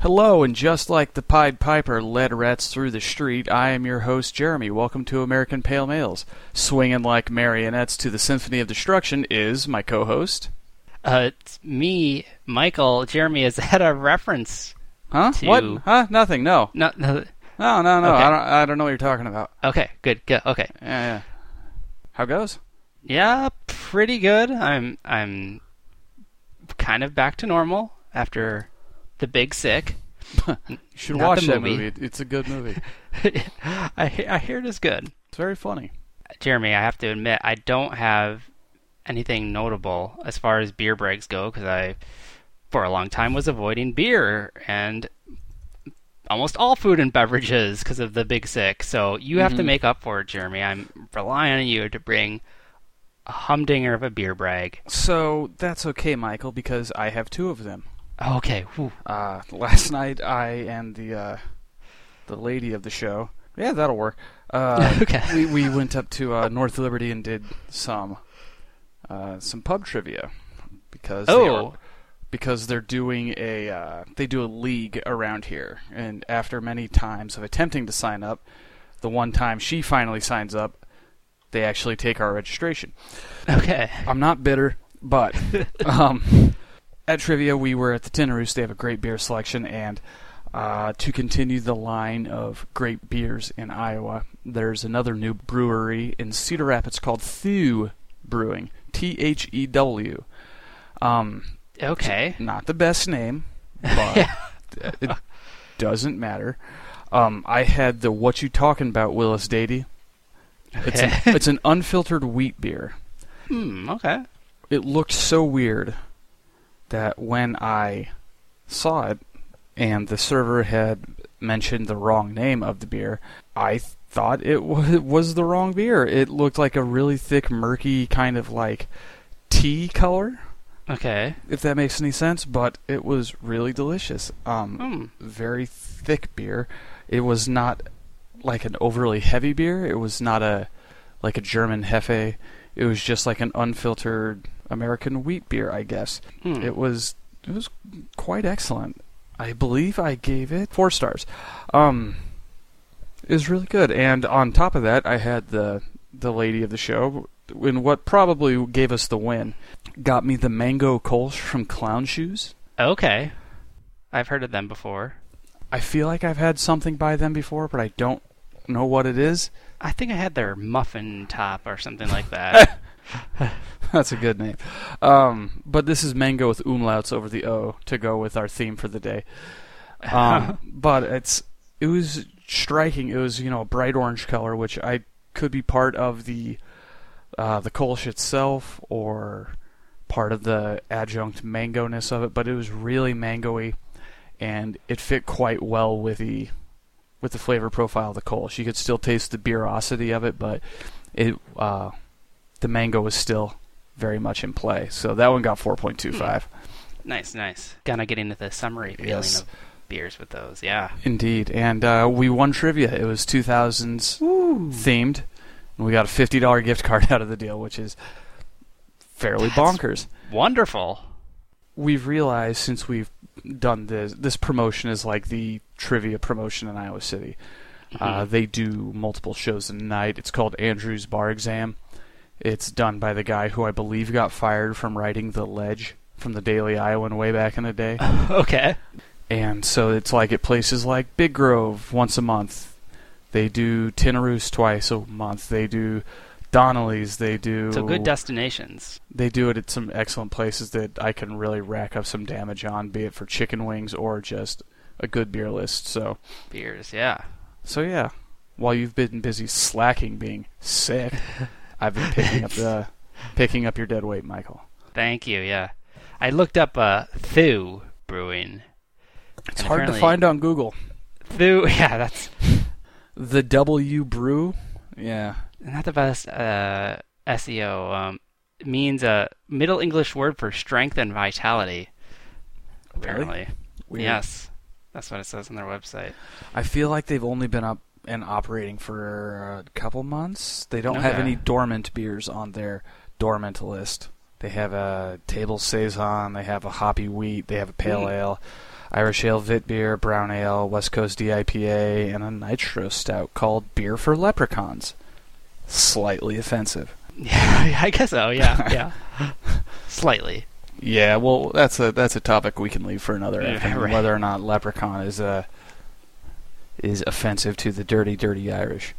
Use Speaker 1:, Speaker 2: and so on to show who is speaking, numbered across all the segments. Speaker 1: Hello, and just like the Pied Piper led rats through the street, I am your host, Jeremy. Welcome to American Pale Males. Swinging like marionettes to the Symphony of Destruction is my co host.
Speaker 2: Uh, it's me, Michael, Jeremy, is that a reference?
Speaker 1: Huh?
Speaker 2: To-
Speaker 1: What? Huh? Nothing. No.
Speaker 2: No, no.
Speaker 1: No, no, no.
Speaker 2: Okay.
Speaker 1: I, don't, I don't know what you're talking about.
Speaker 2: Okay, good, good. Okay,
Speaker 1: Yeah, yeah. How goes?
Speaker 2: yeah, pretty good. I'm, I'm, kind of back to normal after the big sick.
Speaker 1: You should
Speaker 2: Not
Speaker 1: watch
Speaker 2: the
Speaker 1: that
Speaker 2: movie.
Speaker 1: movie. It- It's a good movie.
Speaker 2: I, I hear it is good.
Speaker 1: It's very funny.
Speaker 2: Jeremy, I have to admit, I don't have anything notable as far as beer breaks go because I, for a long time, was avoiding beer and almost all food and beverages because of the big sick. So you have to make up for it, Jeremy. I'm relying on you to bring a humdinger of a beer brag.
Speaker 1: So that's okay, Michael, because I have two of them.
Speaker 2: Okay, whew.
Speaker 1: Uh, last night, I and the uh, the lady of the show. Yeah, that'll work. Uh,
Speaker 2: Okay.
Speaker 1: We we went up to uh, North Liberty and did some uh, some pub trivia because they
Speaker 2: Oh.
Speaker 1: are- because they're doing a uh, they do a league around here, and after many times of attempting to sign up, the one time she finally signs up, they actually take our registration.
Speaker 2: okay.
Speaker 1: I'm not bitter, but um, at Trivia we were at the Tin Roost. They have a great beer selection, and uh, to continue the line of great beers in Iowa, there's another new brewery in Cedar Rapids called Thew Brewing. T H E W. Um,
Speaker 2: Okay.
Speaker 1: not the best name, but it doesn't matter. Um, I had the What You Talking About Willis Dady. It's, an, it's an unfiltered wheat beer
Speaker 2: Hmm, okay.
Speaker 1: it looked so weird that when I saw it and the server had mentioned the wrong name of the beer, I thought it was, was the wrong beer. It looked like a really thick, murky kind of like tea color,
Speaker 2: Okay.
Speaker 1: if that makes any sense, but it was really delicious. Um,
Speaker 2: Hmm.
Speaker 1: very thick beer. It was not like an overly heavy beer. It was not a like a German Hefe. It was just like an unfiltered American wheat beer, I guess.
Speaker 2: Hmm.
Speaker 1: It was it was quite excellent. I believe I gave it four stars. Um, it was really good. And on top of that, I had the the lady of the show, and what probably gave us the win, got me the mango Kolsch from Clown Shoes.
Speaker 2: Okay. I've heard of them before.
Speaker 1: I feel like I've had something by them before, but I don't know what it is.
Speaker 2: I think I had their muffin top or something like that.
Speaker 1: That's a good name. Um, but this is mango with umlauts over the O to go with our theme for the day. Um, but it's it was striking. It was you know a bright orange color, which I could be part of the uh, the Kolsch itself or part of the adjunct mango ness of it. But it was really mangoey, and it fit quite well with the with the flavor profile of the Kolsch. You could still taste the beerosity of it, but it uh, the mango was still very much in play. So that one got 4.25.
Speaker 2: nice, nice. Kind of getting to the summery feeling
Speaker 1: Yes.
Speaker 2: of beers with those. Yeah.
Speaker 1: Indeed. And uh, we won trivia. It was 2000s themed. And we got a $50 gift card out of the deal, which is fairly
Speaker 2: That's-
Speaker 1: bonkers.
Speaker 2: Wonderful.
Speaker 1: We've realized since we've done this, this promotion is like the trivia promotion in Iowa City.
Speaker 2: Mm-hmm.
Speaker 1: Uh, they do multiple shows a night. It's called Andrew's Bar Exam. It's done by the guy who I believe got fired from writing The Ledge from the Daily Iowan way back in the day.
Speaker 2: Uh, okay.
Speaker 1: And so it's like at places like Big Grove once a month. They do Tinnaroos twice a month. They do Donnelly's. They do.
Speaker 2: So good destinations.
Speaker 1: They do it at some excellent places that I can really rack up some damage on, be it for chicken wings or just a good beer list. So,
Speaker 2: Beers, yeah.
Speaker 1: so yeah. While you've been busy slacking, being sick, I've been picking up the picking up your dead weight, Michael.
Speaker 2: Thank you, yeah. I looked up uh Thu Brewing.
Speaker 1: It's
Speaker 2: And
Speaker 1: hard to
Speaker 2: apparently-
Speaker 1: find on Google.
Speaker 2: Thu yeah, that's
Speaker 1: The W Brew. Yeah.
Speaker 2: not the best uh SEO. Um means a middle English word for strength and vitality. Apparently.
Speaker 1: Weird.
Speaker 2: Yes. That's what it says on their website.
Speaker 1: I feel like they've only been up and operating for a couple months. They don't have
Speaker 2: Okay.
Speaker 1: any dormant beers on their dormant list. They have a table saison. They have a hoppy wheat. They have a pale
Speaker 2: Hmm.
Speaker 1: ale. I Irish ale, Vit beer, brown ale, West Coast DIPA, and a nitro stout called Beer for Leprechauns. Slightly offensive.
Speaker 2: Yeah, I guess so. Yeah, yeah, slightly.
Speaker 1: Yeah, well, that's a that's a topic we can leave for another
Speaker 2: Yeah,
Speaker 1: afternoon.
Speaker 2: right.
Speaker 1: Whether or not leprechaun is uh, is offensive to the dirty, dirty Irish.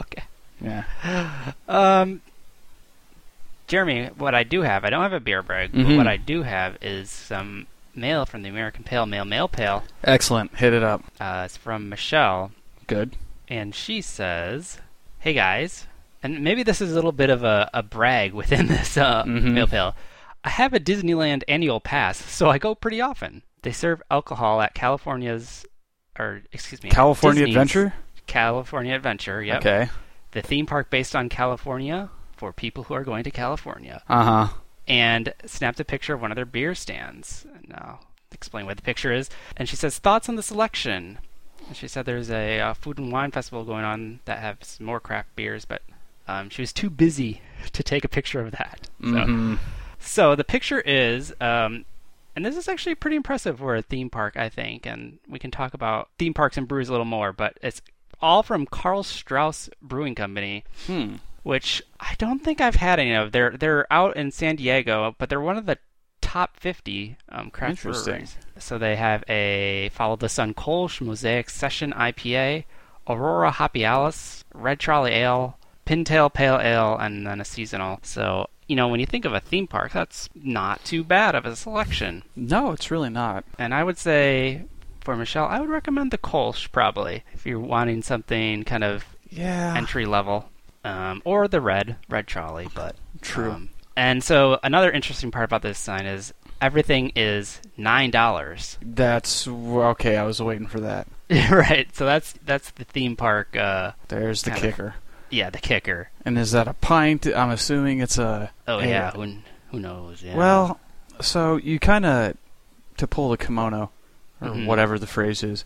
Speaker 2: Okay.
Speaker 1: Yeah.
Speaker 2: Um, Jeremy, what I do have, I don't have a beer brag, but
Speaker 1: Mhm.
Speaker 2: what I do have is some mail from the American Pale Mail Mail Pail.
Speaker 1: Excellent. Hit it up.
Speaker 2: Uh, it's from Michelle,
Speaker 1: Good.
Speaker 2: and she says, "Hey guys, and maybe this is a little bit of a, a brag within this uh,
Speaker 1: Mhm.
Speaker 2: mail pail. I have a Disneyland annual pass, so I go pretty often. They serve alcohol at California's, or excuse me,
Speaker 1: California
Speaker 2: Disney's
Speaker 1: Adventure.
Speaker 2: California Adventure. Yep.
Speaker 1: Okay.
Speaker 2: The theme park based on California for people who are going to California."
Speaker 1: Uh huh.
Speaker 2: and snapped a picture of one of their beer stands. And I'll explain what the picture is. And she says, Thoughts on the selection? And she said there's a uh, food and wine festival going on that has more craft beers, but um, she was too busy to take a picture of that. So,
Speaker 1: hmm
Speaker 2: so the picture is, um, and this is actually pretty impressive for a theme park, I think. And we can talk about theme parks and brews a little more, but it's all from Carl Strauss Brewing Company
Speaker 1: Hmm.
Speaker 2: which I don't think I've had any of. They're they're out in San Diego, but they're one of the top 50 um, craft
Speaker 1: Interesting.
Speaker 2: breweries. So they have a Follow the Sun Kolsch, Mosaic Session IPA, Aurora Hoppy Alice, Red Trolley Ale, Pintail Pale Ale, and then a seasonal. So you know when you think of a theme park, that's not too bad of a selection.
Speaker 1: No, it's really not.
Speaker 2: And I would say. For Michelle, I would recommend the Kolsch probably if you're wanting something kind of
Speaker 1: Yeah.
Speaker 2: entry level, um, or the red red trolley. But
Speaker 1: True.
Speaker 2: um, and so another interesting part about this sign is everything is nine dollars.
Speaker 1: That's okay. I was waiting for that.
Speaker 2: right. So that's that's the theme park. Uh,
Speaker 1: There's the
Speaker 2: Kind of.
Speaker 1: kicker.
Speaker 2: yeah, the kicker.
Speaker 1: And is that a pint? I'm assuming it's a.
Speaker 2: Oh
Speaker 1: Ale.
Speaker 2: yeah. Who, who knows? Yeah.
Speaker 1: Well, so you kind of to pull the kimono or
Speaker 2: Mhm.
Speaker 1: whatever the phrase is.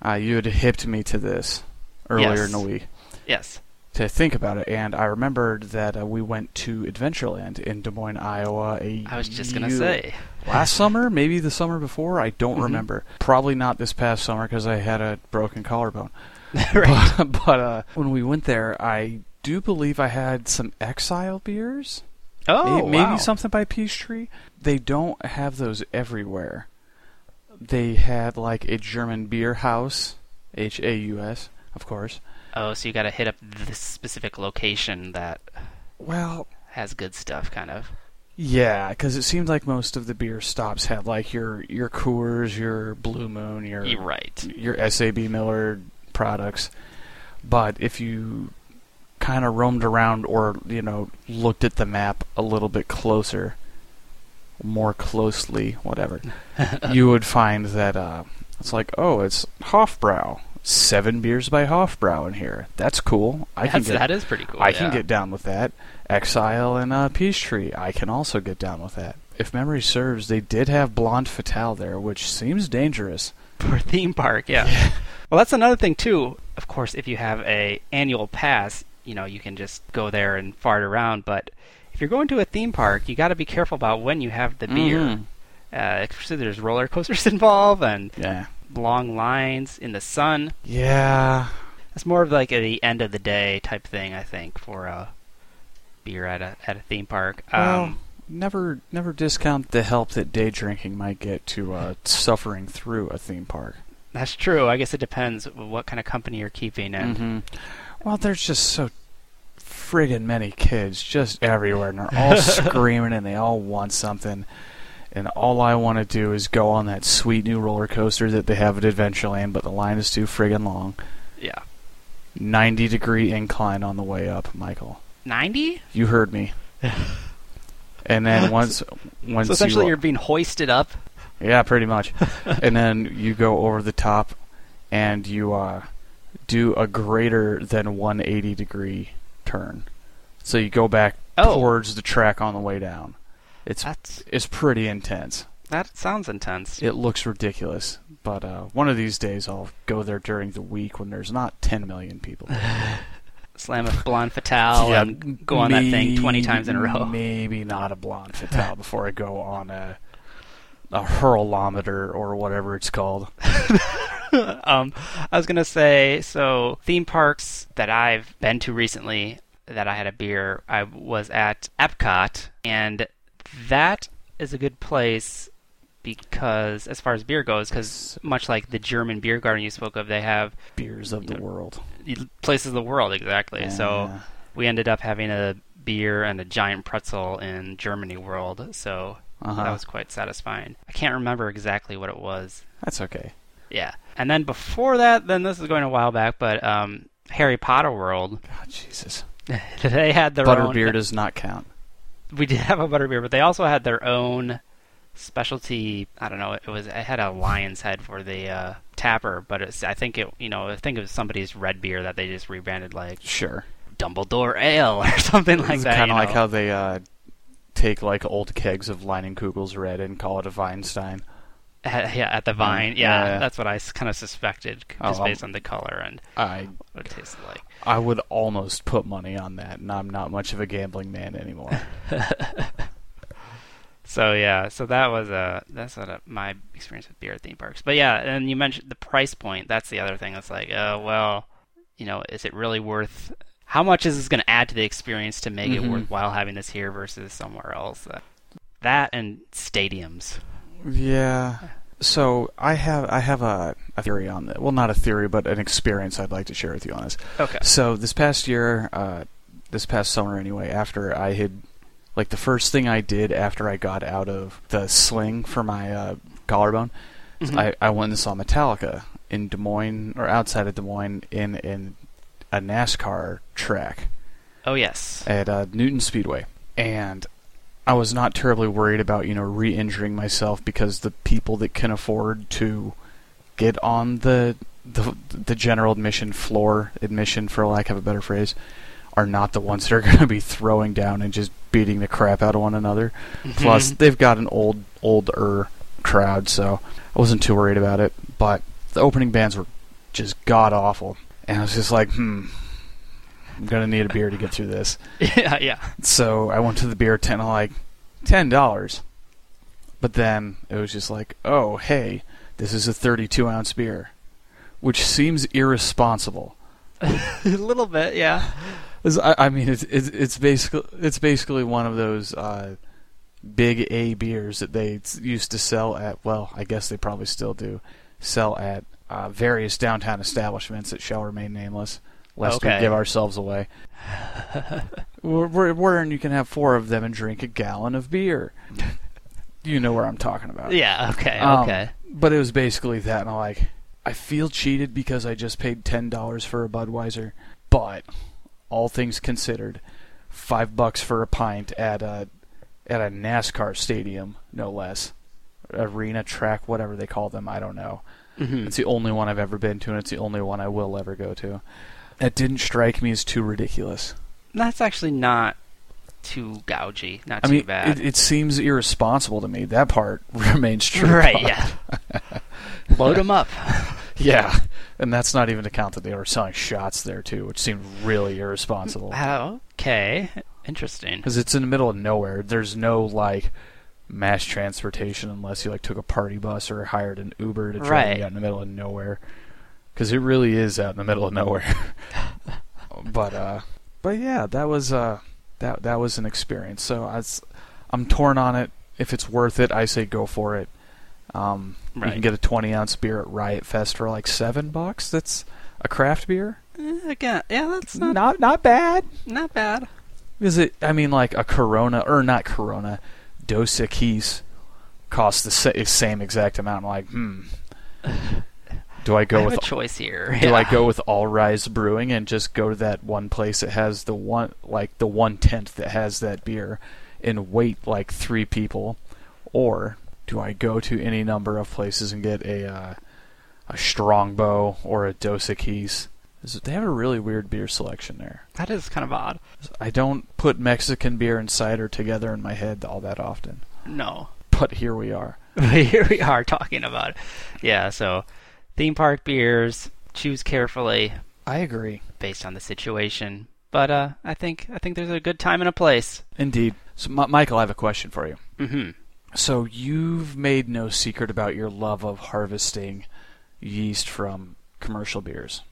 Speaker 1: Uh, you had hipped me to this earlier in the
Speaker 2: Yes.
Speaker 1: week
Speaker 2: yes.
Speaker 1: to think about it, and I remembered that uh, we went to Adventureland in Des Moines, Iowa. A
Speaker 2: I was just gonna
Speaker 1: year-
Speaker 2: say.
Speaker 1: last summer, maybe the summer before. I don't
Speaker 2: Mhm.
Speaker 1: remember. Probably not this past summer because I had a broken collarbone.
Speaker 2: right.
Speaker 1: But, but uh, when we went there, I do believe I had some Exile beers.
Speaker 2: Oh,
Speaker 1: May- maybe,
Speaker 2: wow.
Speaker 1: something by Peachtree. They don't have those everywhere. They had like a German beer house, H A U S, of course.
Speaker 2: Oh, so you got to hit up this specific location that
Speaker 1: Well,
Speaker 2: has good stuff, kind of.
Speaker 1: yeah, because it seemed like most of the beer stops had like your your Coors, your Blue Moon, your
Speaker 2: You're right.
Speaker 1: your SAB Miller products. But if you kind of roamed around or, you know, looked at the map a little bit closer, more closely, whatever, you would find that uh, it's like, oh, it's Hofbrau. Seven beers by Hofbrau in here. That's cool. I can
Speaker 2: That's,
Speaker 1: get
Speaker 2: that is pretty cool.
Speaker 1: I can
Speaker 2: yeah.
Speaker 1: get down with that. Exile and uh, Peachtree. I can also get down with that. If memory serves, they did have Blonde Fatale there, which seems dangerous.
Speaker 2: for a theme park. Yeah. Well, that's another thing too. Of course, if you have a annual pass, you know you can just go there and fart around. But if you're going to a theme park, you got to be careful about when you have the beer.
Speaker 1: Mhm.
Speaker 2: Uh, so there's roller coasters involved and
Speaker 1: Yeah.
Speaker 2: long lines in the sun.
Speaker 1: Yeah.
Speaker 2: That's more of like a, the end of the day type thing, I think, for a beer at a at a theme park. Um,
Speaker 1: well, never never discount the help that day drinking might get to uh, suffering through a theme park.
Speaker 2: that's true. I guess it depends what kind of company you're keeping and
Speaker 1: Mm-hmm. Well, there's just so friggin' many kids just everywhere, and they're all screaming and they all want something. And all I want to do is go on that sweet new roller coaster that they have at Adventureland, but the line is too friggin' long.
Speaker 2: yeah,
Speaker 1: 90 degree incline on the way up, Michael.
Speaker 2: ninety.
Speaker 1: You heard me. And then once once
Speaker 2: So essentially,
Speaker 1: you
Speaker 2: you're being hoisted up.
Speaker 1: Yeah, pretty much. and then you go over the top and you uh, do a greater than 180 degree turn. So you go back
Speaker 2: Oh.
Speaker 1: towards the track on the way down. It's
Speaker 2: That's
Speaker 1: it's pretty intense.
Speaker 2: That sounds intense.
Speaker 1: It looks ridiculous, but uh, one of these days I'll go there during the week when there's not 10 million people.
Speaker 2: Slam a blonde fatale
Speaker 1: Yeah,
Speaker 2: and um, go on that thing
Speaker 1: may-
Speaker 2: 20 times in a row.
Speaker 1: Maybe not a blonde fatale before I go on a a hurlometer or whatever it's called.
Speaker 2: um, I was gonna say so theme parks that I've been to recently that I had a beer. I was at Epcot, and that is a good place because as far as beer goes, because much like the German beer garden you spoke of, they have
Speaker 1: Beers of the world.
Speaker 2: places of the world exactly. So we ended up having a beer and a giant pretzel in Germany World. So
Speaker 1: Uh-huh.
Speaker 2: that was quite satisfying. I can't remember exactly what it was.
Speaker 1: that's okay.
Speaker 2: Yeah. And then before that, then this is going a while back, but um, Harry Potter World,
Speaker 1: God, Jesus.
Speaker 2: they had their own.
Speaker 1: Butterbeer does not count.
Speaker 2: We did have a butterbeer, but they also had their own specialty. I don't know. It was. It had a lion's head for the uh, tapper, but it's. I think it. You know, I think it was somebody's red beer that they just rebranded like
Speaker 1: Sure.
Speaker 2: Dumbledore Ale or something like
Speaker 1: it's
Speaker 2: that.
Speaker 1: kind
Speaker 2: you
Speaker 1: of like
Speaker 2: know.
Speaker 1: how they uh, take like old kegs of Leinenkugel's Red and call it a Weinstein.
Speaker 2: At- yeah, at the vine. Yeah,
Speaker 1: Mm-hmm. yeah.
Speaker 2: that's what I kind of suspected,
Speaker 1: Oh,
Speaker 2: just
Speaker 1: um,
Speaker 2: based on the color and
Speaker 1: I
Speaker 2: what it tasted like.
Speaker 1: I would almost put money on that, and I'm not much of a gambling man anymore.
Speaker 2: So yeah, so that was uh that's what uh my experience with beer at theme parks. But yeah, and you mentioned the price point. That's the other thing. It's like, uh, well, you know, is it really worth? How much is this going to add to the experience to make
Speaker 1: Mhm.
Speaker 2: it worthwhile having this here versus somewhere else? Uh, that and stadiums.
Speaker 1: yeah. So I have I have a, a theory on that. Well, not a theory, but an experience I'd like to share with you on this.
Speaker 2: Okay.
Speaker 1: So this past year, uh, this past summer anyway, after I had, like the first thing I did after I got out of the sling for my uh, collarbone, is
Speaker 2: Mhm.
Speaker 1: I, I went and saw Metallica in Des Moines or outside of Des Moines in in a NASCAR track
Speaker 2: Oh yes.
Speaker 1: at uh, Newton Speedway, and I was not terribly worried about you know re-injuring myself because the people that can afford to get on the the, the general admission floor admission, for lack of a better phrase, are not the ones that are going to be throwing down and just beating the crap out of one another. Plus,
Speaker 2: Mhm.
Speaker 1: they've got an old older crowd, so I wasn't too worried about it. But the opening bands were just god awful, and I was just like, hmm. I'm gonna need a beer to get through this.
Speaker 2: yeah, yeah.
Speaker 1: So I went to the beer tent and I'm like, ten dollars. But then it was just like, oh hey, this is a thirty-two ounce beer, which seems irresponsible.
Speaker 2: a little bit. Yeah.
Speaker 1: 'Cause I, I mean, it's, it's it's basically it's basically one of those uh, big A beers that they s- used to sell at. Well, I guess they probably still do sell at uh, various downtown establishments that shall remain nameless, lest we
Speaker 2: Okay.
Speaker 1: give ourselves away. Where- where- Wherein you can have four of them and drink a gallon of beer. You know where I'm talking about.
Speaker 2: Yeah. Okay.
Speaker 1: Um,
Speaker 2: okay.
Speaker 1: But it was basically that, and I'm like, I feel cheated because I just paid ten dollars for a Budweiser, but all things considered, five bucks for a pint at a at a NASCAR stadium, no less, arena track, whatever they call them, I don't know.
Speaker 2: Mhm.
Speaker 1: It's the only one I've ever been to, and it's the only one I will ever go to. That didn't strike me as too ridiculous.
Speaker 2: That's actually not too gougy. Not
Speaker 1: I
Speaker 2: too
Speaker 1: mean,
Speaker 2: bad.
Speaker 1: it, it seems irresponsible to me. That part remains true.
Speaker 2: right. Yeah. Load them up.
Speaker 1: Yeah, and that's not even to count that they were selling shots there too, which seemed really irresponsible.
Speaker 2: Wow, Okay. Interesting.
Speaker 1: Because it's in the middle of nowhere. There's no like mass transportation unless you like took a party bus or hired an Uber to drive
Speaker 2: Right.
Speaker 1: you out in the middle of nowhere. Because it really is out in the middle of nowhere. but uh, but yeah, that was uh, that that was an experience. So I was, I'm torn on it. If it's worth it, I say go for it. Um, You
Speaker 2: Right.
Speaker 1: can get a 20 ounce beer at Riot Fest for like seven bucks. That's a craft beer.
Speaker 2: Eh, Again, yeah, that's
Speaker 1: It's
Speaker 2: not
Speaker 1: not not bad.
Speaker 2: not bad.
Speaker 1: Is it? I mean, like a Corona or not Corona, Dos Equis costs the sa- same exact amount. I'm like, hmm. Do I
Speaker 2: I
Speaker 1: go
Speaker 2: have
Speaker 1: with
Speaker 2: a choice here.
Speaker 1: Do
Speaker 2: yeah.
Speaker 1: I go with All Rise Brewing and just go to that one place that has the one like the one tent that has that beer, and wait like three people, or do I go to any number of places and get a uh, a Strongbow or a Dos Equis? Is- They have a really weird beer selection there.
Speaker 2: That is kind of odd.
Speaker 1: I don't put Mexican beer and cider together in my head all that often.
Speaker 2: No,
Speaker 1: But here we are.
Speaker 2: but here we are talking about it. Yeah. So, theme park beers. Choose carefully
Speaker 1: I agree.
Speaker 2: based on the situation. But uh, I think I think there's a good time and a place.
Speaker 1: Indeed. So, M- Michael, I have a question for you.
Speaker 2: Mm-hmm.
Speaker 1: So you've made no secret about your love of harvesting yeast from commercial beers.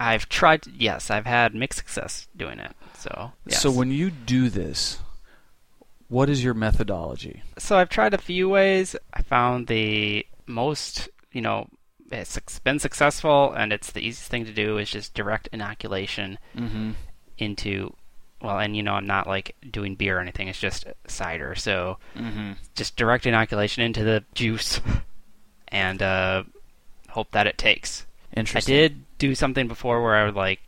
Speaker 2: I've tried. Yes, I've had mixed success doing it. So yes.
Speaker 1: So when you do this, what is your methodology?
Speaker 2: so I've tried a few ways. I found the most, you know, it's been successful, and it's the easiest thing to do is just direct inoculation
Speaker 1: Mm-hmm.
Speaker 2: into. Well, and you know, I'm not like doing beer or anything. It's just cider, so
Speaker 1: Mm-hmm.
Speaker 2: just direct inoculation into the juice, and uh, hope that it takes. I
Speaker 1: Interesting.
Speaker 2: did do something before where I would like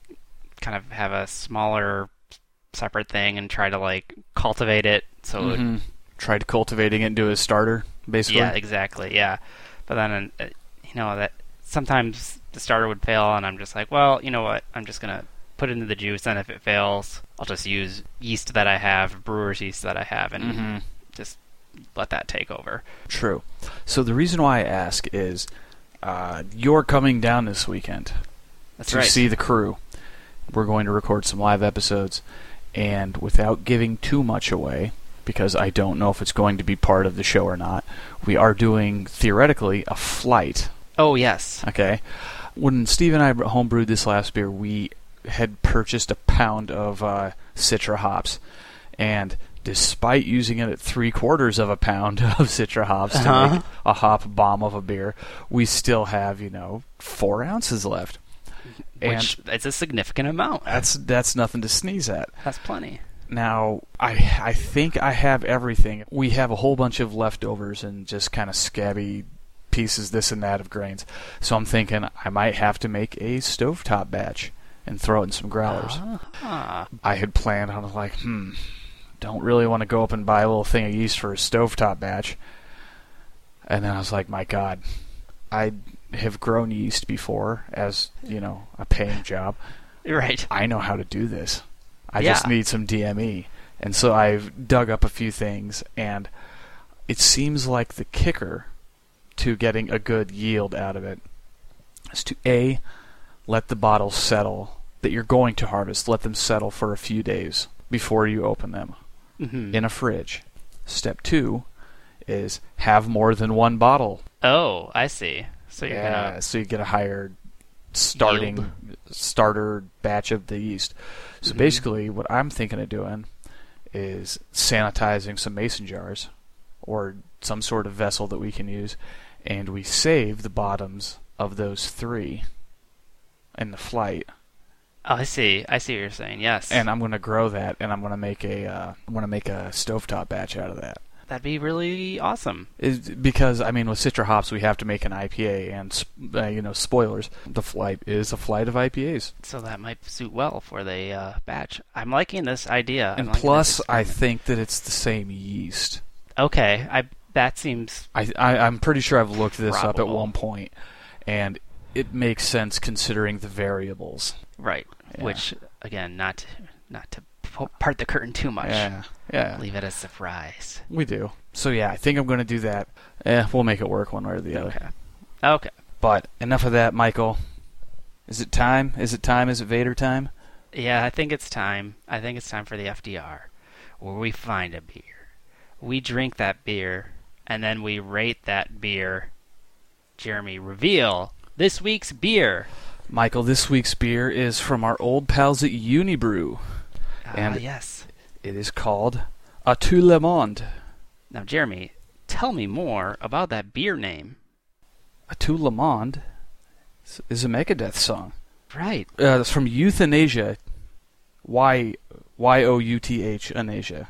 Speaker 2: kind of have a smaller, separate thing and try to like cultivate it so it would
Speaker 1: Mhm. Tried cultivating it into a starter, basically.
Speaker 2: Yeah, exactly. Yeah, but then uh, you know that sometimes the starter would fail, and I'm just like, well, you know what? I'm just gonna put it into the juice, and if it fails, I'll just use yeast that I have, brewer's yeast that I have, and
Speaker 1: Mm-hmm.
Speaker 2: just let that take over.
Speaker 1: True. So the reason why I ask is, uh, you're coming down this weekend
Speaker 2: That's
Speaker 1: to
Speaker 2: right.
Speaker 1: see the crew. We're going to record some live episodes, and without giving too much away, because I don't know if it's going to be part of the show or not, we are doing theoretically a flight.
Speaker 2: oh yes.
Speaker 1: Okay. When Steve and I homebrewed this last beer, we had purchased a pound of uh, Citra hops, and despite using it at three quarters of a pound of Citra hops to
Speaker 2: Uh-huh.
Speaker 1: make a hop bomb of a beer, we still have you know four ounces left.
Speaker 2: Which it's a significant amount.
Speaker 1: That's that's nothing to sneeze at.
Speaker 2: That's plenty.
Speaker 1: Now, I I think I have everything. We have a whole bunch of leftovers and just kind of scabby pieces, this and that of grains. So I'm thinking I might have to make a stovetop batch and throw in some growlers.
Speaker 2: Ah,
Speaker 1: I had planned on like, hmm, don't really want to go up and buy a little thing of yeast for a stovetop batch. And then I was like, my God, I have grown yeast before as you know a paying job.
Speaker 2: right.
Speaker 1: I know how to do this. I
Speaker 2: Yeah.
Speaker 1: just need some DME. And so I've dug up a few things, and it seems like the kicker to getting a good yield out of it is to A, let the bottles settle that you're going to harvest, let them settle for a few days before you open them
Speaker 2: hmm
Speaker 1: in a fridge. Step two is have more than one bottle.
Speaker 2: Oh, I see. So you're
Speaker 1: Yeah,
Speaker 2: gonna
Speaker 1: so you get a higher starting starter batch of the yeast. So
Speaker 2: Mhm.
Speaker 1: basically, what I'm thinking of doing is sanitizing some mason jars or some sort of vessel that we can use, and we save the bottoms of those three in the flight.
Speaker 2: Oh, I see. I see what you're saying. Yes.
Speaker 1: And I'm going to grow that, and I'm going to make a uh, I'm going to make a stovetop batch out of that.
Speaker 2: that'd be really awesome.
Speaker 1: is because I mean with Citra hops we have to make an IPA and sp- uh, you know spoilers the flight is a flight of IPAs
Speaker 2: So that might suit well for the uh, batch. I'm liking this idea. I'm
Speaker 1: and
Speaker 2: liking
Speaker 1: plus
Speaker 2: this
Speaker 1: I
Speaker 2: experiment.
Speaker 1: think that it's the same yeast
Speaker 2: okay, I that seems
Speaker 1: I, I I'm pretty sure I've looked this up at
Speaker 2: Probable.
Speaker 1: one point and it makes sense considering the variables
Speaker 2: right.
Speaker 1: Yeah.
Speaker 2: Which again, not to, not to p- part the curtain too much.
Speaker 1: yeah yeah
Speaker 2: Leave it a surprise.
Speaker 1: we do so yeah I think I'm gonna do that eh we'll make it work one way or the other
Speaker 2: Okay. Okay.
Speaker 1: but enough of that Michael is it time is it time is it Vader time
Speaker 2: Yeah, I think it's time. I think it's time for the FDR, where we find a beer, we drink that beer, and then we rate that beer. Jeremy, reveal this week's beer.
Speaker 1: Michael this week's beer is from our old pals at Unibrew.
Speaker 2: Ah,
Speaker 1: And-
Speaker 2: yes.
Speaker 1: It is called A Tout Le Monde.
Speaker 2: Now, Jeremy, tell me more about that beer name.
Speaker 1: A Tout Le Monde is- is a Megadeth song.
Speaker 2: Right.
Speaker 1: Uh, it's from Euthanasia. Y Y O U T H Anasia.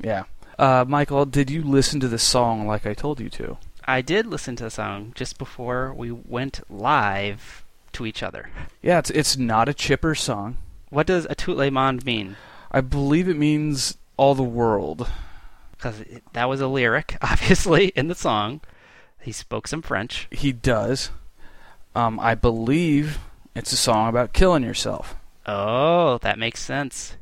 Speaker 1: Yeah. Uh, Michael, did you listen to the song like I told you to?
Speaker 2: I did listen to the song just before we went live to each other.
Speaker 1: Yeah, it's it's not a chipper song.
Speaker 2: What does a tout le monde mean?
Speaker 1: I believe it means all the world.
Speaker 2: Because that was a lyric, obviously, in the song. He spoke some French.
Speaker 1: He does. Um, I believe it's a song about killing yourself.
Speaker 2: Oh, that makes sense.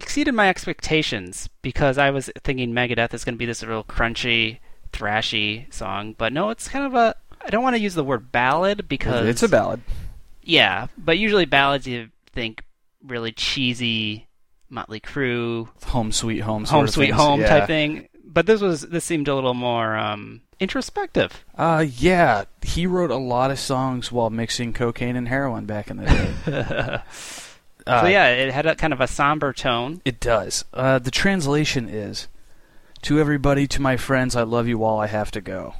Speaker 2: Exceeded my expectations because I was thinking Megadeth is going to be this real crunchy, thrashy song, but no, it's kind of a. I don't want to use the word ballad because
Speaker 1: It's a ballad.
Speaker 2: Yeah, but usually ballads you think really cheesy, Motley Crue,
Speaker 1: Home sweet home. sort
Speaker 2: Home
Speaker 1: of
Speaker 2: Sweet
Speaker 1: things.
Speaker 2: Home
Speaker 1: Yeah.
Speaker 2: type thing. but this was this seemed a little more um, introspective.
Speaker 1: Uh, yeah, he wrote a lot of songs while mixing cocaine and heroin back in the day. uh,
Speaker 2: so yeah, it had a kind of a somber tone.
Speaker 1: It does. Uh, the translation is To everybody, to my friends, I love you all, I have to go.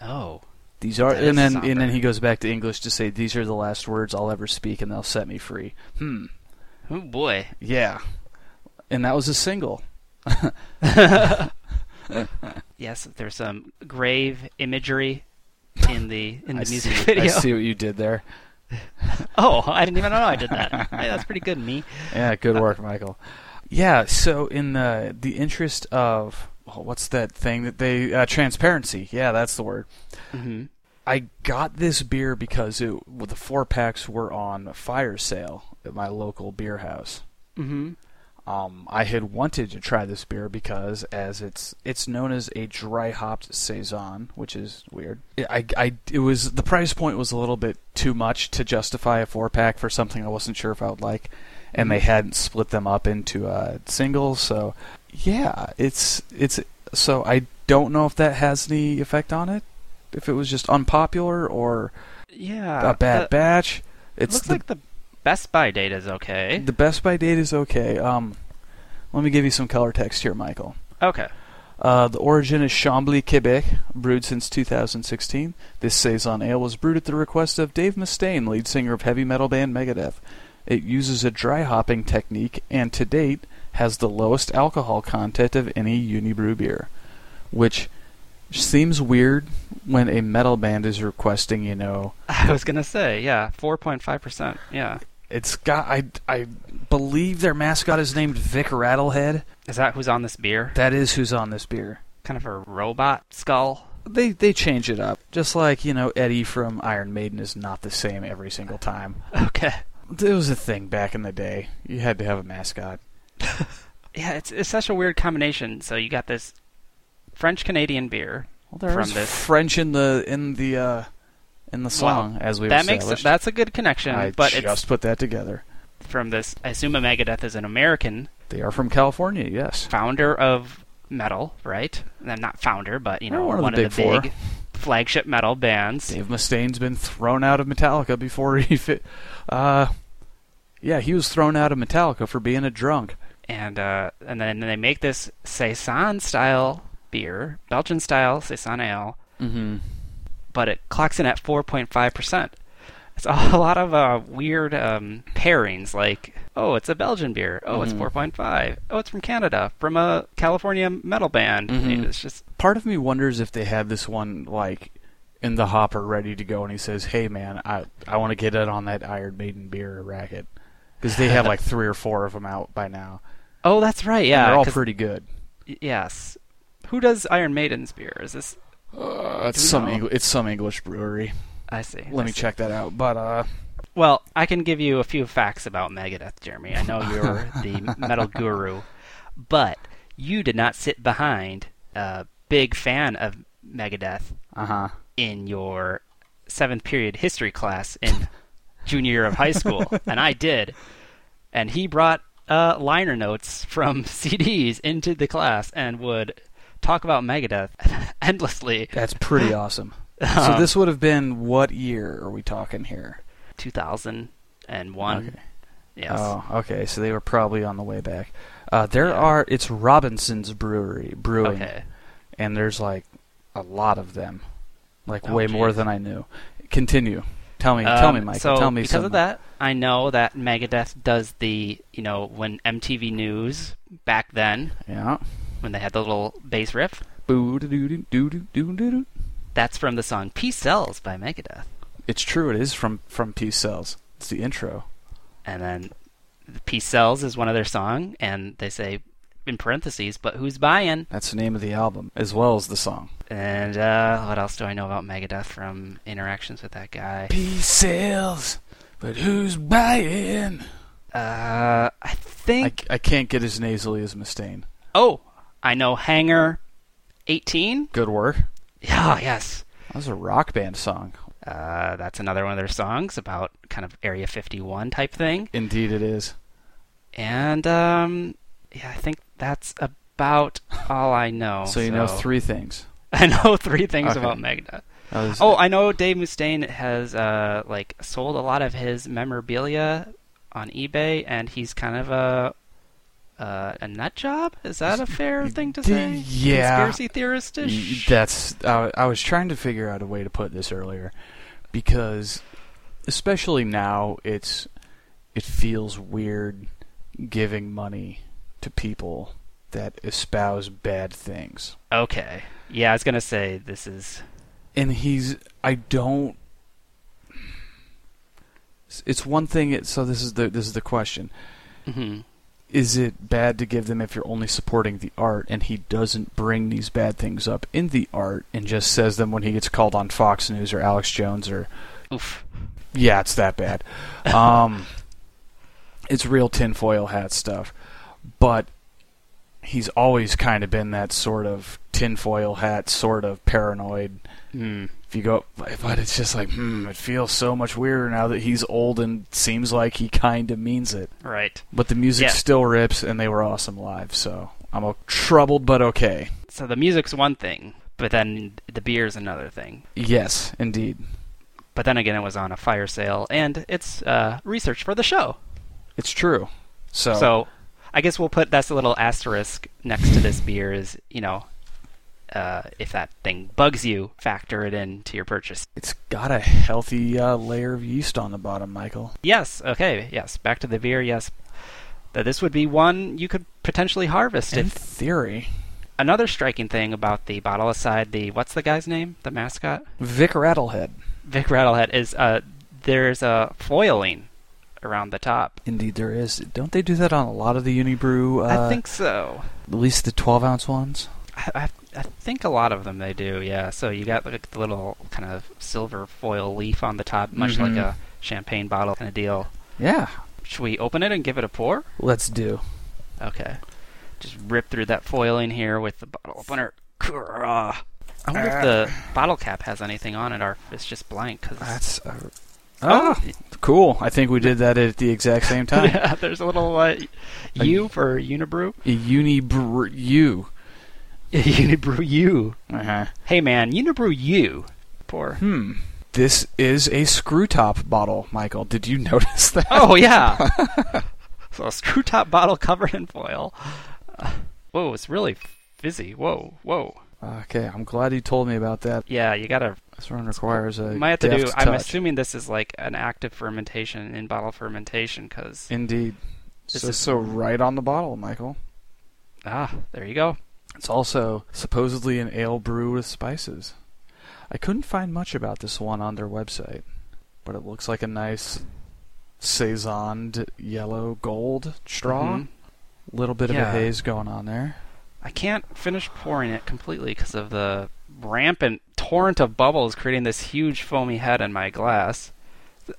Speaker 2: Oh,
Speaker 1: These are,
Speaker 2: That
Speaker 1: and
Speaker 2: is
Speaker 1: then
Speaker 2: somber.
Speaker 1: and then he goes back to English to say, "These are the last words I'll ever speak, and they'll set me free." Hmm.
Speaker 2: oh boy.
Speaker 1: Yeah, and that was a single.
Speaker 2: Yes, there's some grave imagery in the in
Speaker 1: I
Speaker 2: the music
Speaker 1: see,
Speaker 2: video.
Speaker 1: I see what you did there.
Speaker 2: Oh, I didn't even know I did that. Hey, that's pretty good, me.
Speaker 1: Yeah, good work, Michael. Yeah, so in the the interest of oh, what's that thing that they uh, transparency? Yeah, that's the word.
Speaker 2: hmm
Speaker 1: I got this beer because it, well, the four packs were on fire sale at my local beer house.
Speaker 2: hmm
Speaker 1: Um, I had wanted to try this beer because, as it's it's known as a dry hopped saison, which is weird. It, I, I it was the price point was a little bit too much to justify a four pack for something I wasn't sure if I would like, and they hadn't split them up into uh, singles. So, yeah, it's it's so I don't know if that has any effect on it, if it was just unpopular or
Speaker 2: Yeah.
Speaker 1: a bad
Speaker 2: Uh, the-
Speaker 1: batch. It's
Speaker 2: looks
Speaker 1: the
Speaker 2: like the Best Buy data is okay.
Speaker 1: the Best Buy date is okay. Um, let me give you some color text here, Michael.
Speaker 2: Okay.
Speaker 1: Uh, the origin is Chambly, Quebec, brewed since 2016. This saison ale was brewed at the request of Dave Mustaine, lead singer of heavy metal band Megadeth. It uses a dry hopping technique and to date has the lowest alcohol content of any Unibrew beer, which seems weird when a metal band is requesting, you know,
Speaker 2: I was gonna say, yeah, four point five percent. Yeah.
Speaker 1: It's got I I believe their mascot is named Vic Rattlehead.
Speaker 2: Is that who's on this beer?
Speaker 1: That is who's on this beer.
Speaker 2: Kind of a robot skull.
Speaker 1: They they change it up. Just like, you know, Eddie from Iron Maiden is not the same every single time.
Speaker 2: Okay.
Speaker 1: It was a thing back in the day. You had to have a mascot.
Speaker 2: Yeah, it's it's such a weird combination. So you got this French Canadian beer.
Speaker 1: Well there
Speaker 2: From
Speaker 1: is
Speaker 2: this-
Speaker 1: French in the in the uh in the song as we
Speaker 2: that makes
Speaker 1: established.
Speaker 2: that's a good connection,
Speaker 1: I
Speaker 2: but
Speaker 1: just
Speaker 2: it's
Speaker 1: put that together.
Speaker 2: from this. I assume Megadeth is an American
Speaker 1: They are from California, yes.
Speaker 2: founder of metal, right? And not founder, but you know
Speaker 1: They're one of the
Speaker 2: one
Speaker 1: big four.
Speaker 2: big flagship metal bands.
Speaker 1: Dave Mustaine's been thrown out of Metallica before he fit. Uh, yeah, he was thrown out of Metallica for being a drunk.
Speaker 2: and uh, and then they make this saison style beer, Belgian style saison ale,
Speaker 1: Mm-hmm.
Speaker 2: but it clocks in at 4.5 percent. It's a lot of uh, weird um, pairings, like oh, it's a Belgian beer, oh, it's
Speaker 1: Mhm.
Speaker 2: 4.5, oh, it's from Canada, from a California metal band. I mean,
Speaker 1: Mhm.
Speaker 2: It's just
Speaker 1: Part of me wonders if they had this one like in the hopper ready to go, and he says, "Hey, man, I I want to get in on that Iron Maiden beer racket because they have like three or four of them out by now.
Speaker 2: oh, that's right,
Speaker 1: And
Speaker 2: yeah,
Speaker 1: they're all
Speaker 2: 'cause-
Speaker 1: pretty good.
Speaker 2: y- yes. Who does Iron Maiden's beer? Is this?
Speaker 1: Uh, it's
Speaker 2: Do we
Speaker 1: some
Speaker 2: know?
Speaker 1: Engl- it's some English brewery.
Speaker 2: I see.
Speaker 1: Let
Speaker 2: I
Speaker 1: me
Speaker 2: see.
Speaker 1: check that out. But uh,
Speaker 2: Well, I can give you a few facts about Megadeth, Jeremy. I know you're the metal guru, but you did not sit behind a big fan of Megadeth
Speaker 1: uh huh.
Speaker 2: in your seventh period history class in junior year of high school, and I did. And he brought uh, liner notes from CDs into the class and would talk about Megadeth endlessly.
Speaker 1: That's pretty awesome. so
Speaker 2: Um,
Speaker 1: this would have been what year are we talking here?
Speaker 2: 2001.
Speaker 1: Okay.
Speaker 2: Yes.
Speaker 1: Oh, okay. So they were probably on the way back. Uh, there are it's Robinson's Brewery Brewing,
Speaker 2: okay.
Speaker 1: and there's like a lot of them, like
Speaker 2: Oh,
Speaker 1: way more
Speaker 2: geez.
Speaker 1: than I knew. Continue. Tell me. tell me,
Speaker 2: Um,
Speaker 1: Mike.
Speaker 2: So
Speaker 1: tell me.
Speaker 2: because
Speaker 1: some-
Speaker 2: of that, I know that Megadeth does the you know when MTV News back then
Speaker 1: Yeah.
Speaker 2: when they had the little bass riff.
Speaker 1: Boo doo doo doo doo doo doo doo doo.
Speaker 2: That's from the song "Peace Sells" by Megadeth,
Speaker 1: It's true. It is from from Peace Cells. It's the intro.
Speaker 2: and then "Peace Sells" is one of their song, and they say in parentheses, "But who's buying?"
Speaker 1: That's the name of the album, as well as the song.
Speaker 2: And uh, what else do I know about Megadeth from interactions with that guy?
Speaker 1: Peace Cells, but who's buying?
Speaker 2: Uh, I
Speaker 1: I,
Speaker 2: think.
Speaker 1: c- I can't get as nasally as Mustaine.
Speaker 2: Oh, I know "Hanger 18."
Speaker 1: Good work.
Speaker 2: Yeah. Yes.
Speaker 1: That was a rock band song.
Speaker 2: Uh, that's another one of their songs about kind of Area 51 type thing.
Speaker 1: Indeed, it is.
Speaker 2: And um, yeah, I think that's about all I know.
Speaker 1: so you know three things.
Speaker 2: I know three things
Speaker 1: Okay.
Speaker 2: about Magna.
Speaker 1: That was-
Speaker 2: Oh, I know Dave Mustaine has uh, like sold a lot of his memorabilia on eBay, and he's kind of a uh, a nut job. Is Mm, that a fair thing to
Speaker 1: D-
Speaker 2: say?
Speaker 1: yeah.
Speaker 2: conspiracy theorist.
Speaker 1: Mm, That's. I, I was trying to figure out a way to put this earlier, because especially now, it's it feels weird giving money to people that espouse bad things.
Speaker 2: Okay. Yeah, I was gonna say this is
Speaker 1: And he's. I don't. It's one thing. It, so this is the this is the question.
Speaker 2: mhm.
Speaker 1: is it bad to give them if you're only supporting the art and he doesn't bring these bad things up in the art and just says them when he gets called on Fox News or Alex Jones or
Speaker 2: oof.
Speaker 1: yeah it's that bad um it's real tinfoil hat stuff but he's always kind of been that sort of tinfoil hat sort of paranoid
Speaker 2: Hmm.
Speaker 1: if you go but it's just like hmm it feels so much weirder now that he's old and seems like he kind of means it
Speaker 2: Right.
Speaker 1: but the music
Speaker 2: Yeah.
Speaker 1: still rips, and they were awesome live. So I'm o- troubled, but okay.
Speaker 2: So the music's one thing, but then the beer's another thing.
Speaker 1: Yes, indeed.
Speaker 2: But then again, it was on a fire sale, and it's uh, research for the show.
Speaker 1: It's true. So,
Speaker 2: So I guess we'll put that's a little asterisk next to this beer is, you know, uh, if that thing bugs you, factor it into your purchase.
Speaker 1: it's got a healthy uh, layer of yeast on the bottom, Michael.
Speaker 2: Yes, okay, yes. Back to the beer, yes. That this would be one you could potentially harvest.
Speaker 1: In
Speaker 2: If
Speaker 1: theory,
Speaker 2: another striking thing about the bottle aside, the what's the guy's name? The mascot?
Speaker 1: Vic Rattlehead.
Speaker 2: Vic Rattlehead is uh there's a foiling around the top.
Speaker 1: Indeed, there is. Don't they do that on a lot of the Unibrew? Uh,
Speaker 2: I think so.
Speaker 1: at least the 12 ounce ones.
Speaker 2: I, I I think a lot of them they do, yeah. So you got like the little kind of silver foil leaf on the top, much like
Speaker 1: Mhm.
Speaker 2: a champagne bottle kind of deal.
Speaker 1: Yeah,
Speaker 2: Should we open it and give it a pour?
Speaker 1: let's do.
Speaker 2: Okay. Just rip through that foiling here with the bottle opener. Kurrah. I wonder if the bottle cap has anything on it or if it's just blank. Cause
Speaker 1: Uh. That's. Uh, oh, cool. I think we did that at the exact same time.
Speaker 2: yeah, there's a little uh, U for Unibrew.
Speaker 1: Unibrew. You.
Speaker 2: Unibrew U.
Speaker 1: Uh huh.
Speaker 2: Hey man, Unibrew U. Pour.
Speaker 1: Hmm. This is a screw top bottle, Michael. Did you notice that?
Speaker 2: Oh yeah. so a screw top bottle covered in foil. Uh, whoa, it's really fizzy. Whoa, whoa.
Speaker 1: Okay, I'm glad you told me about that.
Speaker 2: Yeah, you gotta.
Speaker 1: This one requires a
Speaker 2: might have to do.
Speaker 1: deft
Speaker 2: I'm
Speaker 1: touch.
Speaker 2: assuming this is like an active fermentation in bottle fermentation, because
Speaker 1: Indeed.
Speaker 2: This
Speaker 1: so,
Speaker 2: is-
Speaker 1: so right on the bottle, Michael.
Speaker 2: ah, there you go.
Speaker 1: It's also supposedly an ale brew with spices. I couldn't find much about this one on their website, but it looks like a nice saisoned yellow gold straw.
Speaker 2: Mhm.
Speaker 1: Little bit of
Speaker 2: Yeah.
Speaker 1: a haze going on there.
Speaker 2: I can't finish pouring it completely because of the rampant torrent of bubbles creating this huge foamy head in my glass.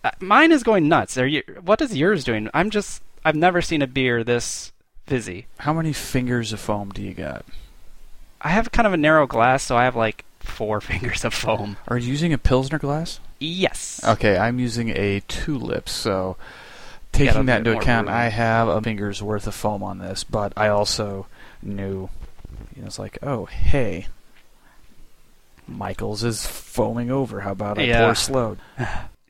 Speaker 2: Uh, Mine is going nuts. Are you? What is yours doing? I'm just. I've never seen a beer this fizzy.
Speaker 1: How many fingers of foam do you got?
Speaker 2: I have kind of a narrow glass, so I have like four fingers of foam.
Speaker 1: Are you using a Pilsner glass?
Speaker 2: Yes.
Speaker 1: Okay, I'm using a tulip, so taking
Speaker 2: that'll
Speaker 1: that
Speaker 2: be
Speaker 1: into
Speaker 2: more
Speaker 1: account,
Speaker 2: room.
Speaker 1: I have a finger's worth of foam on this, but I also knew you know, it's like, oh hey, Michaels is foaming over. How about I
Speaker 2: Yeah.
Speaker 1: pour slow?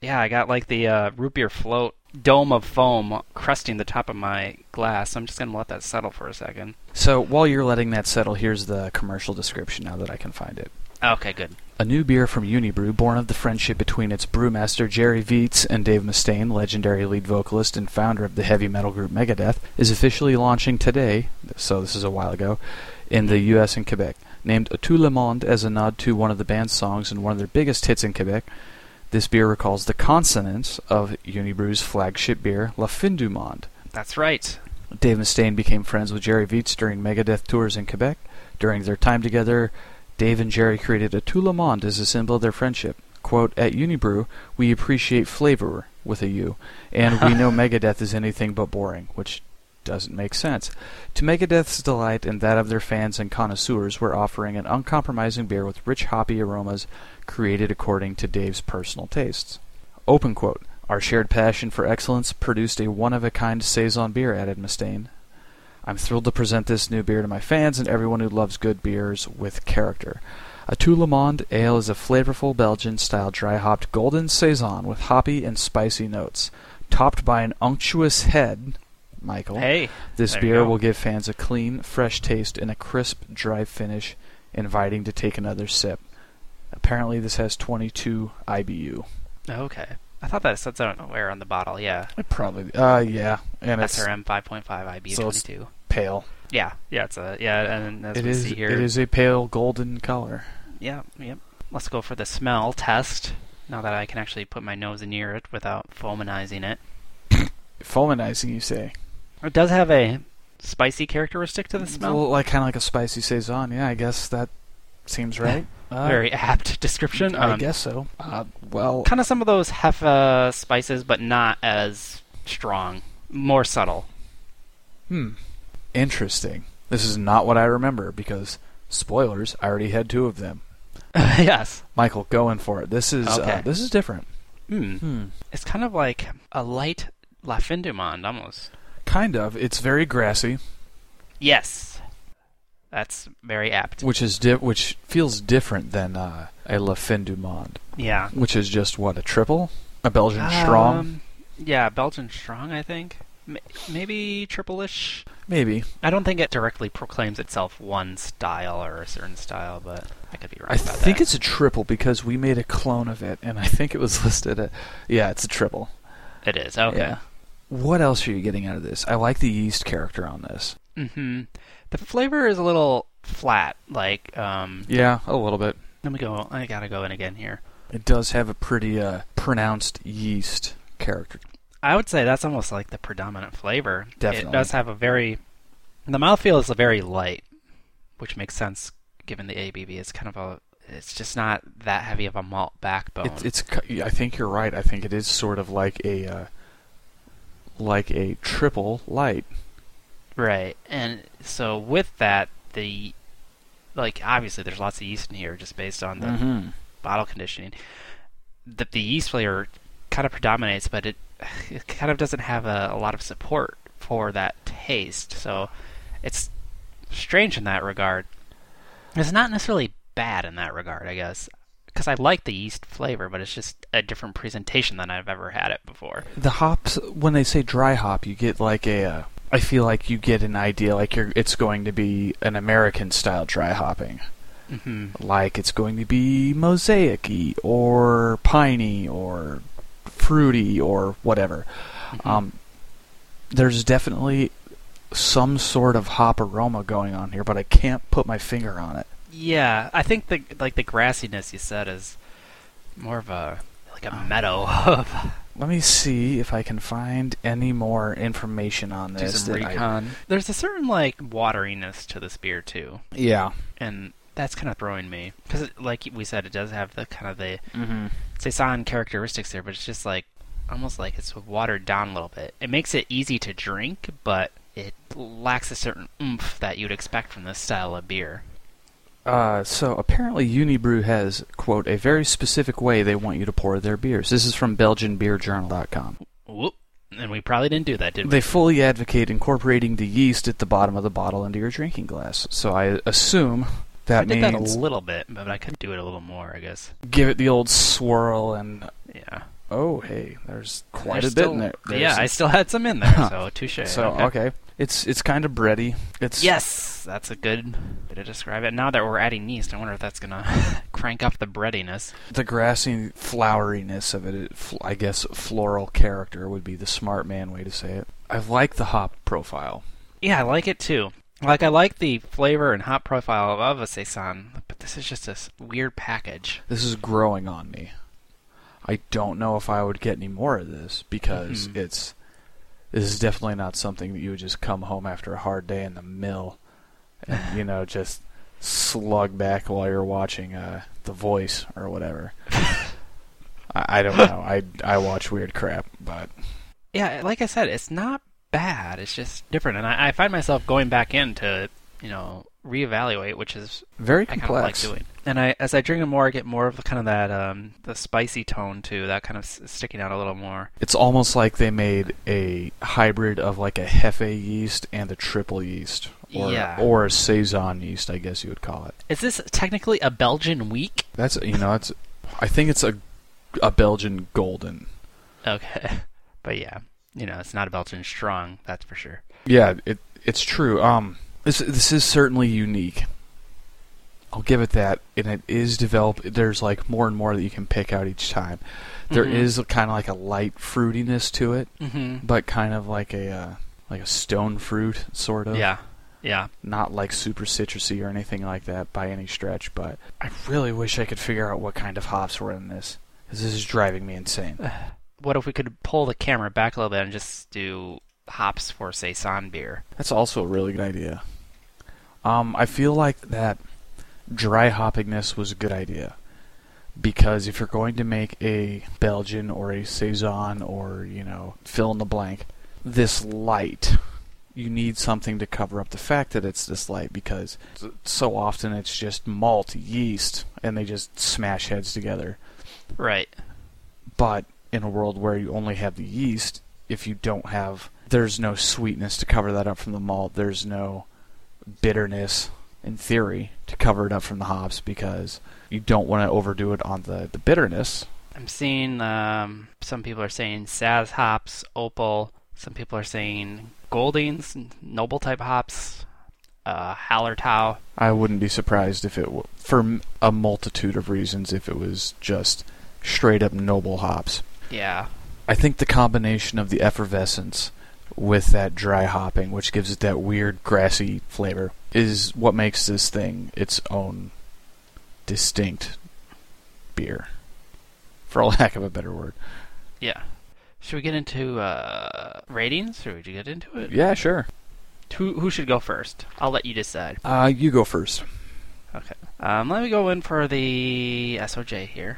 Speaker 2: Yeah, I got like the uh, root beer float dome of foam crusting the top of my glass. I'm just gonna let that settle for a second.
Speaker 1: So while you're letting that settle, here's the commercial description now that I can find it.
Speaker 2: Okay, good.
Speaker 1: A new beer from Unibrew, born of the friendship between its brewmaster Jerry Veets and Dave Mustaine, legendary lead vocalist and founder of the heavy metal group Megadeth, is officially launching today, so this is a while ago, in the US and Quebec. Named Tout Le Monde as a nod to one of the band's songs and one of their biggest hits in Quebec, this beer recalls the consonants of Unibrew's flagship beer, La Fin du Monde.
Speaker 2: That's right.
Speaker 1: Dave Mustaine became friends with Jerry Veets during Megadeth tours in Quebec. During their time together, Dave and Jerry created a tout le monde as a symbol of their friendship. Quote, at Unibrew, we appreciate flavor, with a U, and we know Megadeth is anything but boring, which doesn't make sense. To Megadeth's delight and that of their fans and connoisseurs, we're offering an uncompromising beer with rich hoppy aromas created according to Dave's personal tastes. Open quote. Our shared passion for excellence produced a one of a kind Saison beer, added Mustaine. I'm thrilled to present this new beer to my fans and everyone who loves good beers with character. A Toulamond ale is a flavorful Belgian style dry hopped golden saison with hoppy and spicy notes, topped by an unctuous head. Michael,
Speaker 2: Hey,
Speaker 1: this
Speaker 2: there you
Speaker 1: beer
Speaker 2: go.
Speaker 1: will give fans a clean, fresh taste and a crisp, dry finish, inviting to take another sip. Apparently, this has 22 IBU.
Speaker 2: okay. I thought that said somewhere on the bottle. Yeah,
Speaker 1: It probably, uh, yeah, and it's
Speaker 2: SRM 5.5 IBU
Speaker 1: So it's-
Speaker 2: 22.
Speaker 1: pale.
Speaker 2: Yeah, yeah, it's a yeah, and as
Speaker 1: It
Speaker 2: we
Speaker 1: is.
Speaker 2: see here,
Speaker 1: It is a pale golden color.
Speaker 2: Yeah, yep. Let's go for the smell test. Now that I can actually put my nose near it without fulminizing it.
Speaker 1: Fulminizing, you say?
Speaker 2: It does have a spicy characteristic to the smell.
Speaker 1: Well, like kind of like a spicy saison. Yeah, I guess that seems right. uh,
Speaker 2: Very apt description.
Speaker 1: I
Speaker 2: Um,
Speaker 1: guess so. Uh, well,
Speaker 2: Kind of some of those heffa spices, but not as strong. More subtle.
Speaker 1: hmm. Interesting. This is not what I remember because spoilers. I already had two of them.
Speaker 2: yes.
Speaker 1: Michael, going for it. This is uh,
Speaker 2: Okay.
Speaker 1: this is different.
Speaker 2: Hmm.
Speaker 1: Hmm.
Speaker 2: It's kind of like a light La Findumond almost.
Speaker 1: Kind of. It's very grassy,
Speaker 2: Yes. That's very apt.
Speaker 1: which is di- which feels different than uh, a La Fin du Monde,
Speaker 2: Yeah.
Speaker 1: which is just what a triple, a Belgian strong,
Speaker 2: Um, yeah, Belgian strong, I think. M- maybe triple-ish.
Speaker 1: maybe.
Speaker 2: I don't think it directly proclaims itself one style or a certain style, but I could be wrong
Speaker 1: I
Speaker 2: about
Speaker 1: think
Speaker 2: that.
Speaker 1: it's a triple because we made a clone of it, and I think it was listed at. Yeah, it's a triple.
Speaker 2: It is okay.
Speaker 1: Yeah. What else are you getting out of this? I like the yeast character on this.
Speaker 2: hmm The flavor is a little flat. Like, um,
Speaker 1: Yeah, a little bit.
Speaker 2: let me go. I gotta go in again here.
Speaker 1: It does have a pretty uh, pronounced yeast character.
Speaker 2: I would say that's almost like the predominant flavor.
Speaker 1: Definitely.
Speaker 2: it does have a very. The mouthfeel is very light, which makes sense given the ABV. It's kind of a. It's just not that heavy of a malt backbone.
Speaker 1: It's, it's. cu- I think you're right. I think it is sort of like a, uh, like a triple light.
Speaker 2: Right. And so with that, the like obviously there's lots of yeast in here just based on the
Speaker 1: Mm-hmm.
Speaker 2: bottle conditioning. The the yeast flavor kind of predominates, but it, it kind of doesn't have a, a lot of support for that taste. So it's strange in that regard. It's not necessarily bad in that regard, I guess. Because I like the yeast flavor, but it's just a different presentation than I've ever had it before.
Speaker 1: The hops. When they say dry hop, you get like a. Uh, I feel like you get an idea. Like you're. It's going to be an American style dry hopping.
Speaker 2: hmm
Speaker 1: Like it's going to be mosaicy or piney or fruity or whatever.
Speaker 2: Hmm.
Speaker 1: Um, there's definitely some sort of hop aroma going on here, but I can't put my finger on it.
Speaker 2: Yeah, I think the like the grassiness you said is more of a like a meadow of
Speaker 1: Let me see if I can find any more information on
Speaker 2: do
Speaker 1: this.
Speaker 2: some
Speaker 1: that I-
Speaker 2: recon. There's a certain like wateriness to this beer too,
Speaker 1: yeah.
Speaker 2: and that's kind of throwing me because like we said, it does have the kind of the
Speaker 1: Mm-hmm.
Speaker 2: saison characteristics there, but it's just like almost like it's watered down a little bit. It makes it easy to drink, but it lacks a certain oomph that you'd expect from this style of beer.
Speaker 1: Uh, so apparently Unibrew has, quote, a very specific way they want you to pour their beers. This is from BelgianBeerJournal.com.
Speaker 2: Whoop! And we probably didn't do that, did we?
Speaker 1: They fully advocate incorporating the yeast at the bottom of the bottle into your drinking glass. So I assume that
Speaker 2: I did that a
Speaker 1: means
Speaker 2: little bit, but I could do it a little more, I guess.
Speaker 1: give it the old swirl and,
Speaker 2: Yeah.
Speaker 1: oh, hey, there's quite
Speaker 2: There's
Speaker 1: a bit
Speaker 2: still-
Speaker 1: in there. There's-
Speaker 2: yeah, I still had some in there, so touche.
Speaker 1: so, okay. It's it's kind of bready. It's
Speaker 2: Yes, that's a good way to describe it. Now that we're adding yeast, I wonder if that's gonna crank up the breadiness.
Speaker 1: the grassy floweriness of it, it fl- I guess floral character would be the smart man way to say it. I like the hop profile.
Speaker 2: Yeah, I like it too. Like I like the flavor and hop profile of a saison, but this is just a s- weird package.
Speaker 1: This is growing on me. I don't know if I would get any more of this because
Speaker 2: Mhm.
Speaker 1: it's this is definitely not something that you would just come home after a hard day in the mill and you know just slug back while you're watching uh, The Voice or whatever. I, I don't know. I I watch weird crap, but
Speaker 2: Yeah, like I said, it's not bad. It's just different, and I, I find myself going back in to you know reevaluate, which is
Speaker 1: very
Speaker 2: I kind of like
Speaker 1: complex.
Speaker 2: doing.
Speaker 3: and I as I drink it more, I get more of kind of that um, the spicy tone too. That kind of s- sticking out a little more.
Speaker 1: It's almost like they made a hybrid of like a Hefe yeast and a triple yeast, or
Speaker 2: Yeah.
Speaker 1: or a saison yeast, I guess you would call it.
Speaker 2: Is this technically a Belgian week?
Speaker 1: That's you know, it's I think it's a a Belgian golden.
Speaker 2: Okay, but yeah, you know, it's not a Belgian strong. That's for sure.
Speaker 1: Yeah, it it's true. Um, this this is certainly unique. I'll give it that, and it is developed. There's like more and more that you can pick out each time. There
Speaker 2: Mm-hmm.
Speaker 3: Mhm.
Speaker 1: is kind of like a light fruitiness to it,
Speaker 3: Mm-hmm.
Speaker 1: but kind of like a uh, like a stone fruit sort of.
Speaker 2: Yeah, yeah.
Speaker 1: Not like super citrusy or anything like that by any stretch. But I really wish I could figure out what kind of hops were in this, because this is driving me insane.
Speaker 2: What if we could pull the camera back a little bit and just do hops for saison beer?
Speaker 1: That's also a really good idea. Um, I feel like that dry hoppingness was a good idea because if you're going to make a Belgian or a saison or you know fill in the blank, this light, you need something to cover up the fact that it's this light because s- so often it's just malt yeast and they just smash heads together.
Speaker 2: Right.
Speaker 1: But in a world where you only have the yeast, if you don't have, there's no sweetness to cover that up from the malt. There's no bitterness, in theory, to cover it up from the hops because you don't want to overdo it on the, the bitterness.
Speaker 2: I'm seeing um, some people are saying Saz hops, Opal. Some people are saying Goldings, Noble type hops, uh, Hallertau.
Speaker 1: I wouldn't be surprised if it, w- for m- a multitude of reasons, if it was just straight up noble hops.
Speaker 2: Yeah,
Speaker 1: I think the combination of the effervescence with that dry hopping, which gives it that weird grassy flavor, is what makes this thing its own distinct beer, for lack of a better word.
Speaker 2: yeah. Should we get into uh, ratings? Should we get into it?
Speaker 1: Yeah, sure.
Speaker 2: Who who should go first? I'll let you decide.
Speaker 1: Uh, you go first.
Speaker 2: Okay. Um, let me go in for the SOJ here.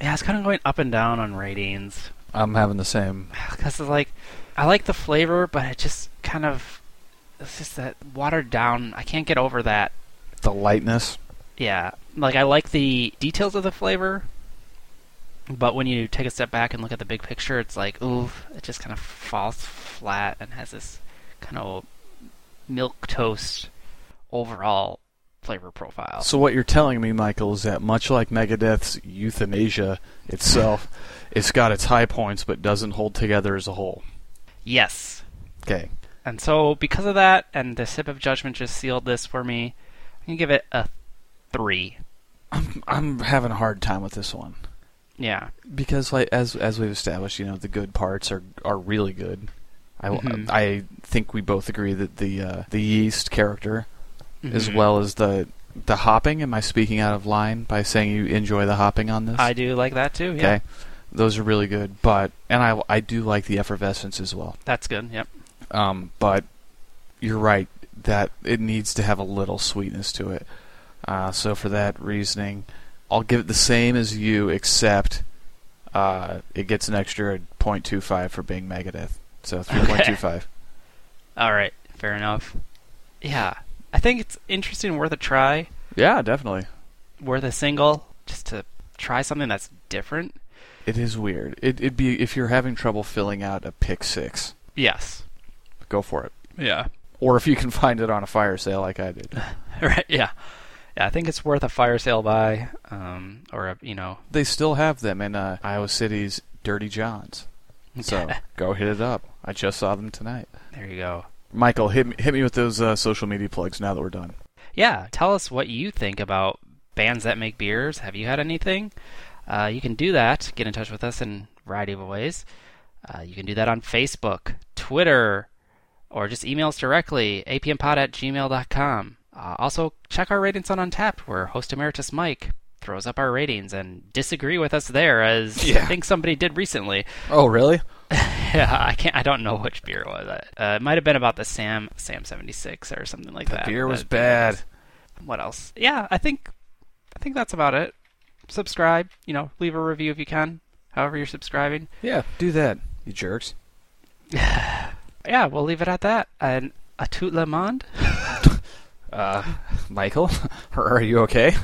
Speaker 2: Yeah, it's kind of going up and down on ratings.
Speaker 1: I'm having the same.
Speaker 2: because it's like I like the flavor, but it just kind of it's just that watered down. I can't get over that.
Speaker 1: The lightness.
Speaker 2: Yeah, like I like the details of the flavor, but when you take a step back and look at the big picture, it's like ooh, it just kind of falls flat and has this kind of milk toast overall flavor profile.
Speaker 1: So what you're telling me, Michael, is that much like Megadeth's euthanasia itself, it's got its high points but doesn't hold together as a whole.
Speaker 2: Yes,
Speaker 1: Okay.
Speaker 2: And so, because of that, and the sip of judgment just sealed this for me, I'm gonna give it a three.
Speaker 1: I'm I'm having a hard time with this one.
Speaker 2: Yeah,
Speaker 1: because like as as we've established, you know, the good parts are are really good. I
Speaker 2: Mhm.
Speaker 1: I think we both agree that the uh, the yeast character as
Speaker 2: Mhm.
Speaker 1: well as the the hopping. Am I speaking out of line by saying you enjoy the hopping on this?
Speaker 2: I do like that too. Yeah,
Speaker 1: Okay. Those are really good, but and I I do like the effervescence as well.
Speaker 2: that's good. Yep.
Speaker 1: Um, but you're right that it needs to have a little sweetness to it. Uh, so for that reasoning, I'll give it the same as you, except uh, it gets an extra 0.25 for being Megadeth. So 3.25.
Speaker 2: All right, fair enough. Yeah, I think it's interesting, worth a try,
Speaker 1: Yeah, definitely.
Speaker 2: worth a single, just to try something that's different.
Speaker 1: It is weird. It, it'd be if you're having trouble filling out a pick six,
Speaker 2: Yes.
Speaker 1: go for it.
Speaker 2: Yeah.
Speaker 1: Or if you can find it on a fire sale like I did.
Speaker 2: right. Yeah. Yeah, I think it's worth a fire sale buy, um, or a, you know,
Speaker 1: They still have them in uh, Iowa City's Dirty Johns. So go hit it up. I just saw them tonight.
Speaker 2: there you go.
Speaker 1: Michael, hit me, hit me with those uh, social media plugs now that we're done.
Speaker 2: yeah, tell us what you think about bands that make beers. Have you had anything? Uh, you can do that. Get in touch with us in a variety of ways. Uh, you can do that on Facebook, Twitter, or just email us directly, apmpod at gmail.com. Uh, also, check our ratings on Untapped, where host emeritus Mike throws up our ratings and disagree with us there, as I
Speaker 1: Yeah.
Speaker 2: think somebody did recently.
Speaker 1: Oh, really?
Speaker 2: yeah, I can't. I don't know which beer it was. Uh, it might have been about the Sam Sam seventy six or something like
Speaker 1: The
Speaker 2: that.
Speaker 1: beer was
Speaker 2: But- uh,
Speaker 1: bad.
Speaker 2: what else? Yeah, I think I think that's about it. Subscribe, you know, leave a review if you can, however you're subscribing.
Speaker 1: Yeah, do that, you jerks.
Speaker 2: Yeah, we'll leave it at that. And a tout le monde.
Speaker 1: Uh, Michael, Or are you okay?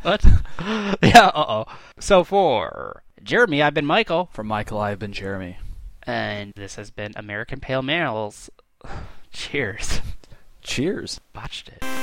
Speaker 2: What? yeah, uh oh. So for Jeremy, I've been Michael,
Speaker 1: From Michael, I've been Jeremy.
Speaker 2: and this has been American Pale Males. Cheers.
Speaker 1: Cheers.
Speaker 2: Botched it.